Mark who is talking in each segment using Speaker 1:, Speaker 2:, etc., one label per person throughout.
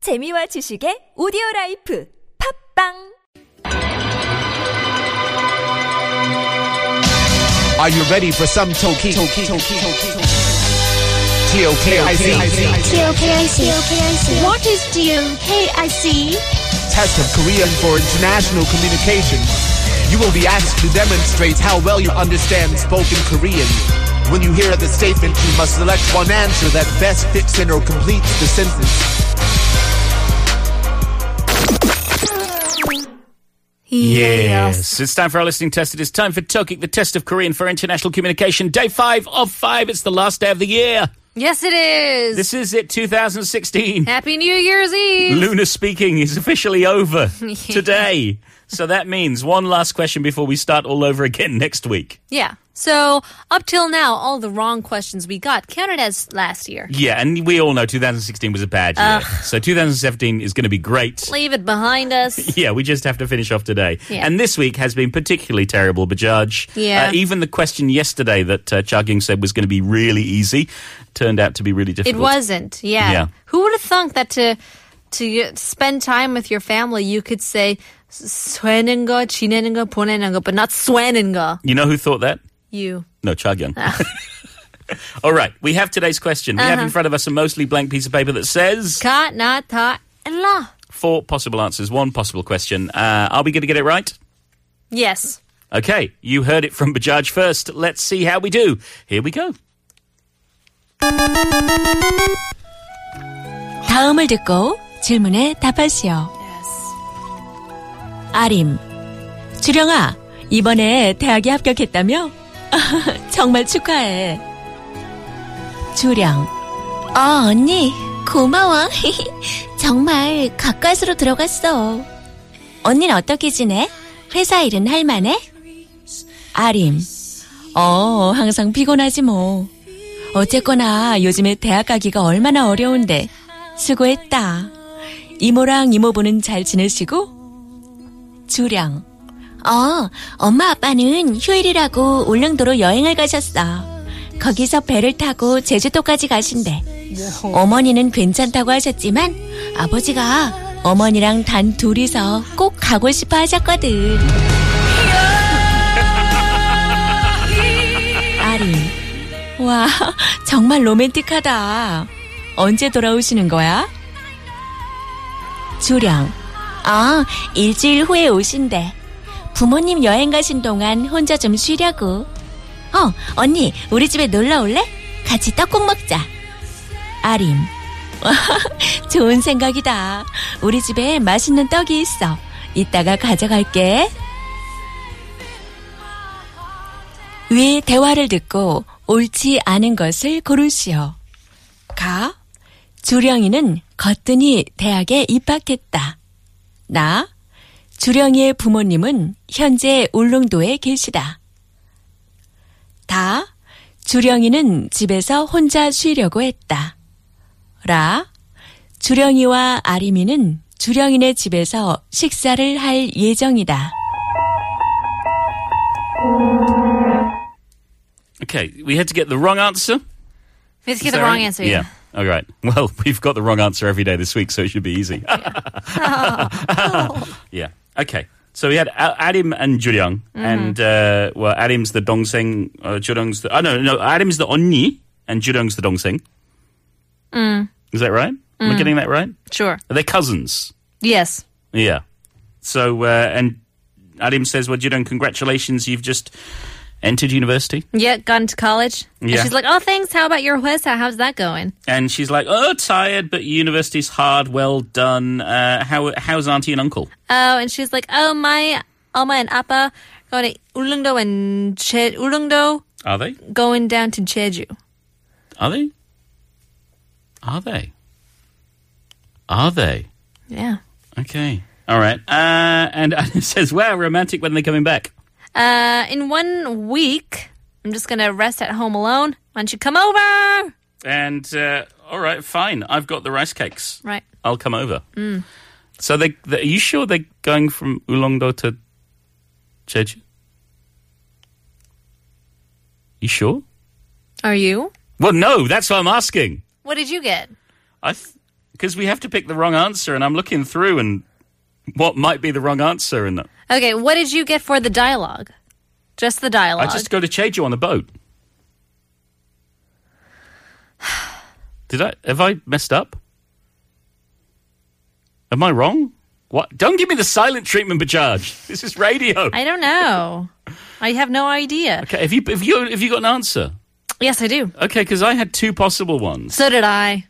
Speaker 1: 재미와 지식의 오디오 라이프 팝빵
Speaker 2: Are you ready for some Toki? Toki, Toki, Toki, TOKIC
Speaker 3: TOKIC. What is TOKIC?
Speaker 2: Test of Korean for International Communication. You will be asked to demonstrate how well you understand spoken Korean. When you hear the statement, you must select one answer that best fits in or completes the sentence.
Speaker 4: Yes. It's time for our listening test. It is time for Tokik, the test of Korean for international communication. Day five of five. It's the last day of the year.
Speaker 5: Yes, it is.
Speaker 4: This is it, 2016.
Speaker 5: Happy New Year's Eve.
Speaker 4: Luna speaking is officially over today. So that means one last question before we start all over again next week.
Speaker 5: yeah. So up till now, all the wrong questions we got counted as last year.
Speaker 4: Yeah, and we all know 2016 was a bad year. So 2017 is going to be great.
Speaker 5: Leave it behind us.
Speaker 4: Yeah, we just have to finish off today.
Speaker 5: Yeah.
Speaker 4: And this week has been particularly terrible, Bajaj.
Speaker 5: Yeah.
Speaker 4: Uh, even the question yesterday that uh, Cha Ging said was going to be really easy turned out to be really difficult.
Speaker 5: It wasn't. Yeah.
Speaker 4: Yeah.
Speaker 5: Who would have thunk that to to spend time with your family, you could say "쇠는 거, 지내는 거, 보내는 거," but not "쇠는 거."
Speaker 4: You know who thought that?
Speaker 5: You.
Speaker 4: No, Cha Ging.
Speaker 5: Ah.
Speaker 4: All right, we have today's question. We have
Speaker 5: Uh-huh.
Speaker 4: in front of us a mostly blank piece of paper that says
Speaker 5: 가, 나, 다, 라.
Speaker 4: four possible answers, one possible question. Uh, are we going to get it right?
Speaker 5: Yes.
Speaker 4: Okay, you heard it from Bajaj first. Let's see how we do. Here we go.
Speaker 6: 다음을 듣고 질문에 답하시오. 아림. 주령아, 이번에 대학에 합격했다며? 정말 축하해. 주령. 어,
Speaker 3: 아, 언니, 고마워. 정말 가까스로 들어갔어. 언니는 어떻게 지내? 회사 일은 할만해?
Speaker 6: 아림. 어, 항상 피곤하지 뭐. 어쨌거나 요즘에 대학 가기가 얼마나 어려운데. 수고했다. 이모랑 이모부는 잘 지내시고? 주령.
Speaker 3: 어, 엄마 아빠는 휴일이라고 울릉도로 여행을 가셨어.
Speaker 6: 거기서 배를 타고 제주도까지 가신대. 어머니는 괜찮다고 하셨지만 아버지가 어머니랑 단 둘이서 꼭 가고 싶어 하셨거든. 아리. 와, 정말 로맨틱하다. 언제 돌아오시는 거야? 주령. 아, 일주일 후에 오신대. 부모님 여행 가신 동안 혼자 좀 쉬려고. 어, 언니, 우리 집에 놀러 올래? 같이 떡국 먹자. 아림. 좋은 생각이다. 우리 집에 맛있는 떡이 있어. 이따가 가져갈게. 위 대화를 듣고 옳지 않은 것을 고르시오. 가. 주령이는 거뜬히 대학에 입학했다. 나. 주령이의 부모님은 현재 울릉도에 계시다. 다 주령이는 집에서 혼자 쉬려고 했다. 라 주령이와 아림이는 주령이네 집에서 식사를 할 예정이다.
Speaker 4: Okay, we had to get the wrong answer.
Speaker 5: Let's get
Speaker 4: Is
Speaker 5: the
Speaker 4: that
Speaker 5: wrong
Speaker 4: right?
Speaker 5: answer.
Speaker 4: Yeah. All right. Well, we've got the wrong answer every day this week, so it should be easy. yeah. Okay. So we had A- Adim and Juryang,
Speaker 5: Mm-hmm.
Speaker 4: and uh, well, Adim's the dongseng, uh, Juryang's the. Oh no, no, Adim's the onni, and Juryang's the dongseng.
Speaker 5: Mm.
Speaker 4: Is that right? Am I getting that right?
Speaker 5: Sure.
Speaker 4: They're cousins.
Speaker 5: Yes.
Speaker 4: Yeah. So uh, and Adim says, "Well, Juryang, congratulations, you've just entered university."
Speaker 5: Yeah. Got into college. And
Speaker 4: Yeah.
Speaker 5: she's like, "Oh, thanks. How about your 회사? How's that going?"
Speaker 4: And she's like, "Oh, tired, but university's hard. Well done. Uh, how how's auntie and uncle?"
Speaker 5: Oh, and she's like, oh my, Alma and Appa going to Ulungdo and Che Ulungdo
Speaker 4: Are they?
Speaker 5: going down to Jeju.
Speaker 4: Are they? Are they? Are they?
Speaker 5: Yeah.
Speaker 4: Okay. All right. Uh, and Adam says, "Wow, romantic. When are they coming back?"
Speaker 5: Uh, in one week, I'm just gonna rest at home alone. Why don't you come over?
Speaker 4: And uh, all right, fine. I've got the rice cakes.
Speaker 5: Right.
Speaker 4: I'll come over. So they, they, are you sure they're going from Ulongdo to Jeju? You sure?
Speaker 5: Are you?
Speaker 4: Well, no. That's what I'm asking.
Speaker 5: What did you get?
Speaker 4: I th- because we have to pick the wrong answer, and I'm looking through and what might be the wrong answer, and
Speaker 5: Okay, what did you get for the dialogue? Just the dialogue.
Speaker 4: I just go to Cheju on the boat. Did I? Have I messed up? Am I wrong? What? Don't give me the silent treatment, Bajaj. This is radio.
Speaker 5: I don't know. I have no idea.
Speaker 4: okay, have you have you have you got an answer?
Speaker 5: Yes, I do.
Speaker 4: Okay, because I had two possible ones,
Speaker 5: So did I.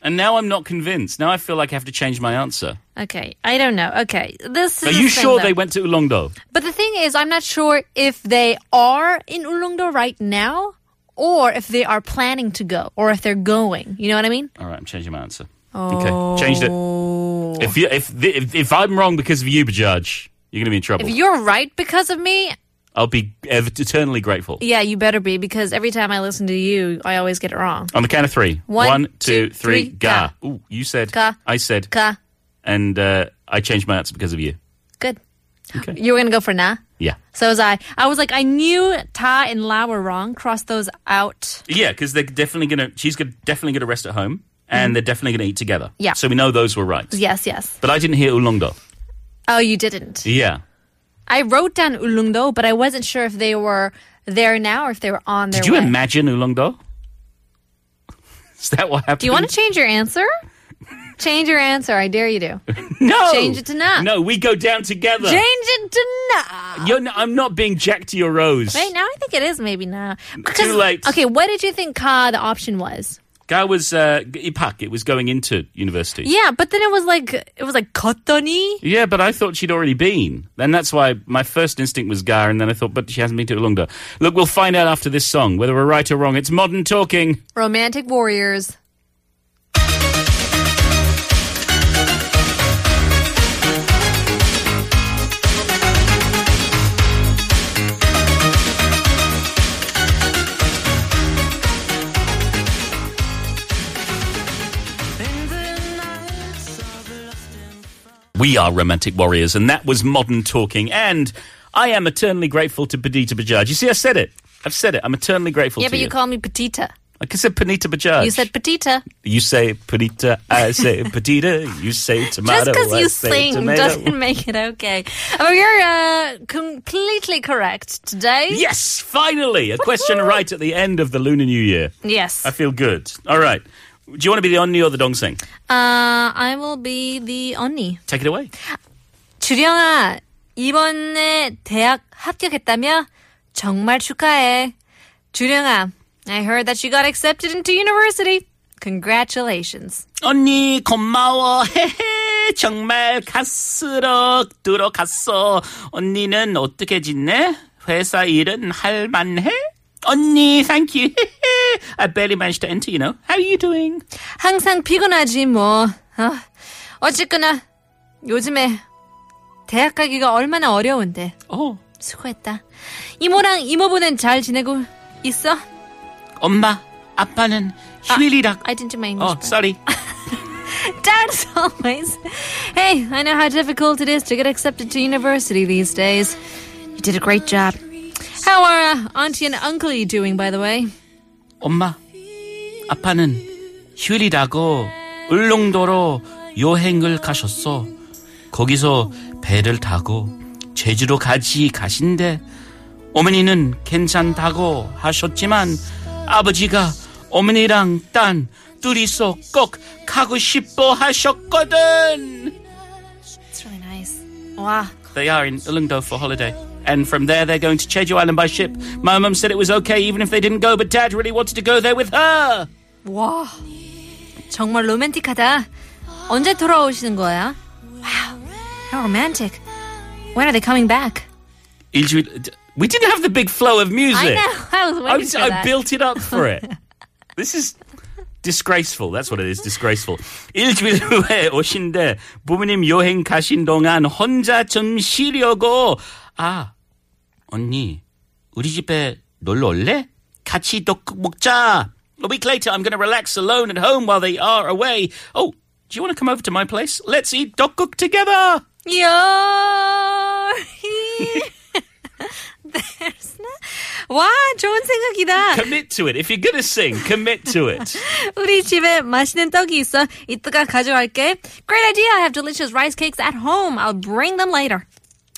Speaker 4: and now I'm not convinced. Now I feel like I have to change my answer.
Speaker 5: Okay, I don't know. Okay, this. Is
Speaker 4: Are
Speaker 5: the
Speaker 4: you
Speaker 5: thing,
Speaker 4: sure
Speaker 5: though.
Speaker 4: they went to Ulongdo?
Speaker 5: But the thing is, I'm not sure if they are in Ulongdo right now, or if they are planning to go, or if they're going. You know what I mean?
Speaker 4: All right, I'm changing my answer. Okay, changed it.
Speaker 5: Oh.
Speaker 4: If you if the, if, if I'm wrong because of you, Bajaj, you're gonna be in trouble.
Speaker 5: If you're right because of me,
Speaker 4: I'll be ever- eternally grateful.
Speaker 5: yeah, you better be because every time I listen to you, I always get it wrong.
Speaker 4: On the count of three.
Speaker 5: One,
Speaker 4: One, two,
Speaker 5: two,
Speaker 4: three,
Speaker 5: three,
Speaker 4: ga. Ooh, you said
Speaker 5: Ga.
Speaker 4: I said
Speaker 5: Ka,
Speaker 4: and uh, I changed my answer because of you.
Speaker 5: good.
Speaker 4: Okay.
Speaker 5: You were gonna go for na.
Speaker 4: Yeah.
Speaker 5: So was I. I was like, I knew Ta and La were wrong. Cross those out.
Speaker 4: Yeah, because they're definitely gonna. She's gonna, definitely gonna rest at home, and they're definitely gonna eat together.
Speaker 5: Mm. Yeah.
Speaker 4: So we know those were right.
Speaker 5: Yes, yes.
Speaker 4: But I didn't hear ulongdo.
Speaker 5: Oh, you didn't.
Speaker 4: Yeah.
Speaker 5: I wrote down Ulungdo, but I wasn't sure if they were there now or if they were on their
Speaker 4: Did you
Speaker 5: way.
Speaker 4: imagine ulongdo? Is that what happened?
Speaker 5: do you want to change your answer? change your answer. I dare you to. Change
Speaker 4: No.
Speaker 5: change it to na?
Speaker 4: No, we go down together.
Speaker 5: it to na.
Speaker 4: You're n- I'm not being Jack to your rose.
Speaker 5: Right now, I think it is maybe na. Because-
Speaker 4: late.
Speaker 5: Okay, what did you think Ka the option was?
Speaker 4: Guy was uh, Ipak. It was going into university.
Speaker 5: Yeah, but then it was like it was like Kotoni.
Speaker 4: Yeah, but I thought she'd already been. And that's why my first instinct was Gar, and then I thought, but she hasn't been to Ulongda. Look, we'll find out after this song whether we're right or wrong. It's modern talking.
Speaker 5: Romantic warriors.
Speaker 4: We are romantic warriors, and that was modern talking. And I am eternally grateful to Padita Bajaj. You see, I said it. I've said it. I'm eternally grateful
Speaker 5: Yeah,
Speaker 4: to
Speaker 5: but
Speaker 4: you.
Speaker 5: you called me Petita.
Speaker 4: I said Panita Bajaj.
Speaker 5: You said Petita.
Speaker 4: you say Panita. I say Padita. You say tomato.
Speaker 5: Just because
Speaker 4: I
Speaker 5: you
Speaker 4: say
Speaker 5: sing
Speaker 4: tomato.
Speaker 5: doesn't make it okay. Oh, you're uh, completely correct today.
Speaker 4: Yes, finally, a question right at the end of the Lunar New Year.
Speaker 5: Yes.
Speaker 4: I feel good. All right. Do you want to be the Onni or the Dongseng?
Speaker 5: 아, Uh, I will be the 언니.
Speaker 4: Take it away.
Speaker 5: 주령아, 이번에 대학 합격했다며? 정말 축하해. 주령아, I heard that you got accepted into university. Congratulations.
Speaker 4: 언니 고마워. 헤헤. 정말 갈수록 들어갔어. 언니는 어떻게 지내? 회사 일은 할 만해? 언니, thank you. 헤헤. I barely managed to enter, you know. How are you doing?
Speaker 5: 항상 피곤하지 뭐. 어, 어쨌거나 요즘에 대학 가기가 얼마나 어려운데.
Speaker 4: 어,
Speaker 5: 수고했다. 이모랑 이모부는 잘 지내고 있어?
Speaker 4: 엄마, 아빠는 휴일이라.
Speaker 5: I didn't do my
Speaker 4: oh,
Speaker 5: English. bad.
Speaker 4: sorry.
Speaker 5: Dad, as always. Hey, I know how difficult it is to get accepted to university these days. You did a great job. How are uh, auntie and uncle you doing, by the way?
Speaker 4: 엄마, 아빠는 휴일이라고 울릉도로 여행을 가셨어. 거기서 배를 타고 제주로 같이 가신대. 어머니는 괜찮다고 하셨지만 아버지가 어머니랑 딴 둘이서 꼭 가고 싶어 하셨거든.
Speaker 5: It's really nice. Wow.
Speaker 4: They are in Ulungdo for holiday. And from there, they're going to Jeju Island by ship. My mum said it was okay even if they didn't go, but dad really wanted to go there with her.
Speaker 5: 와. 정말 로맨틱하다. 언제 돌아오시는 거야? Wow. How romantic. When are they coming back?
Speaker 4: 일주일. We didn't have the big flow of music.
Speaker 5: I know. I was
Speaker 4: I,
Speaker 5: waiting
Speaker 4: was-
Speaker 5: for
Speaker 4: I
Speaker 5: that.
Speaker 4: built it up for it. this is disgraceful. That's what it is. Disgraceful. 일주일 후에 오신데 부모님 여행 가신 동안 혼자 좀 쉬려고 아 언니 우리 집에 놀러 올래? 같이 떡국 먹자. A week later, I'm going to relax alone at home while they are away. Oh, do you want to come over to my place? Let's eat dokguk together.
Speaker 5: You're here. There's no. 와, 좋은 생각이다.
Speaker 4: Commit to it. If you're going to sing, commit to it.
Speaker 5: 우리 집에 맛있는 떡이 있어. 이따가 가져갈게. Great idea. I have delicious rice cakes at home. I'll bring them later.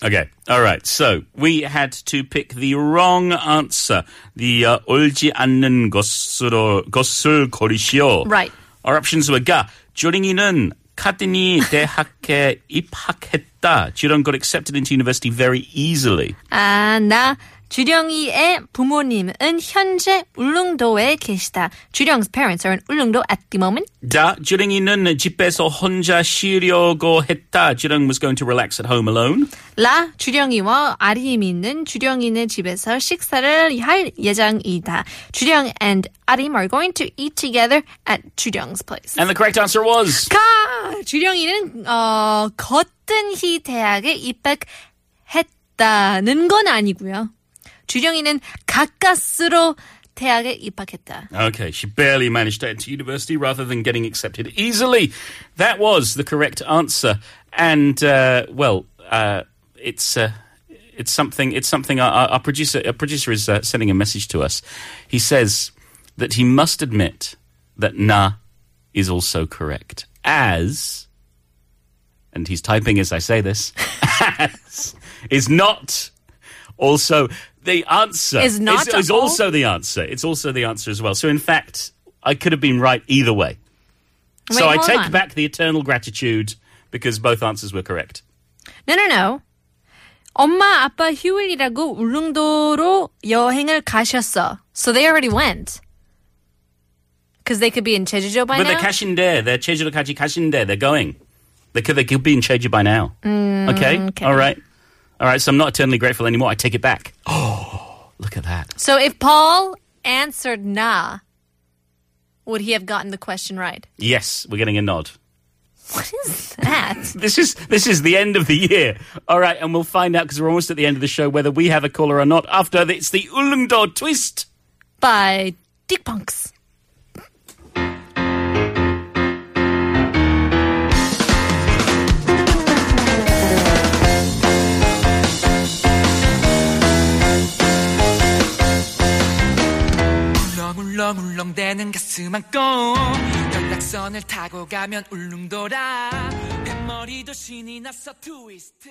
Speaker 4: Okay. All right. So we had to pick the wrong answer. The uh, 울지 않는 것으로 것을 고르시오.
Speaker 5: Right.
Speaker 4: Our options were 가 조링이는 카디니 대학에 입학했다. Jurong got accepted into university very easily.
Speaker 5: 아, 나 주령이의 부모님은 현재 울릉도에 계시다. 주령's parents are in 울릉도 at the moment.
Speaker 4: 다 주령이는 집에서 혼자 쉬려고 했다. 주령 was going to relax at home alone.
Speaker 5: 라 주령이와 아림 있는 주령이네 집에서 식사를 할 예정이다. 주령 and 아림 are going to eat together at 주령's place.
Speaker 4: And the correct answer was
Speaker 5: 가 주령이는 어 거뜬히 대학에 입학했다는 건 아니고요. 주령이는 가까스로 대학에 입학했다.
Speaker 4: Okay, she barely managed to enter university rather than getting accepted easily. That was the correct answer, and uh, well, uh, it's. Uh, it's something. It's something. Our, our our producer, our producer is uh, sending a message to us. He says that he must admit that "na" is also correct as, and he's typing as I say this, as is not also the answer.
Speaker 5: Is not
Speaker 4: is, is
Speaker 5: all?
Speaker 4: also the answer. It's also the answer as well. So in fact, I could have been right either way. so
Speaker 5: Wait,
Speaker 4: I
Speaker 5: hold
Speaker 4: take
Speaker 5: on.
Speaker 4: back the eternal gratitude because both answers were correct.
Speaker 5: No, no, no. 엄마 아빠 휴일이라고 울릉도로 여행을 가셨어. So they already went. Because they could be in 제주도 by
Speaker 4: but they're
Speaker 5: now.
Speaker 4: cashing there. They're Cheju Kachi cashing there. They're going. They could they could be in Cheju by now. okay?
Speaker 5: okay.
Speaker 4: All right. All right. So I'm not eternally grateful anymore. I take it back. Oh, look at that.
Speaker 5: So if Paul answered nah, would he have gotten the question right?
Speaker 4: Yes, we're getting a nod.
Speaker 5: What is that?
Speaker 4: This is this is the end of the year. All right, and we'll find out because we're almost at the end of the show whether we have a caller or not. After the- it's the Ulungdor twist.
Speaker 5: by Dick Punks.
Speaker 7: 울렁울렁 울렁대는 가슴 안고 연락선을 타고 가면 울릉도라 뱃머리도 신이 났어 트위스트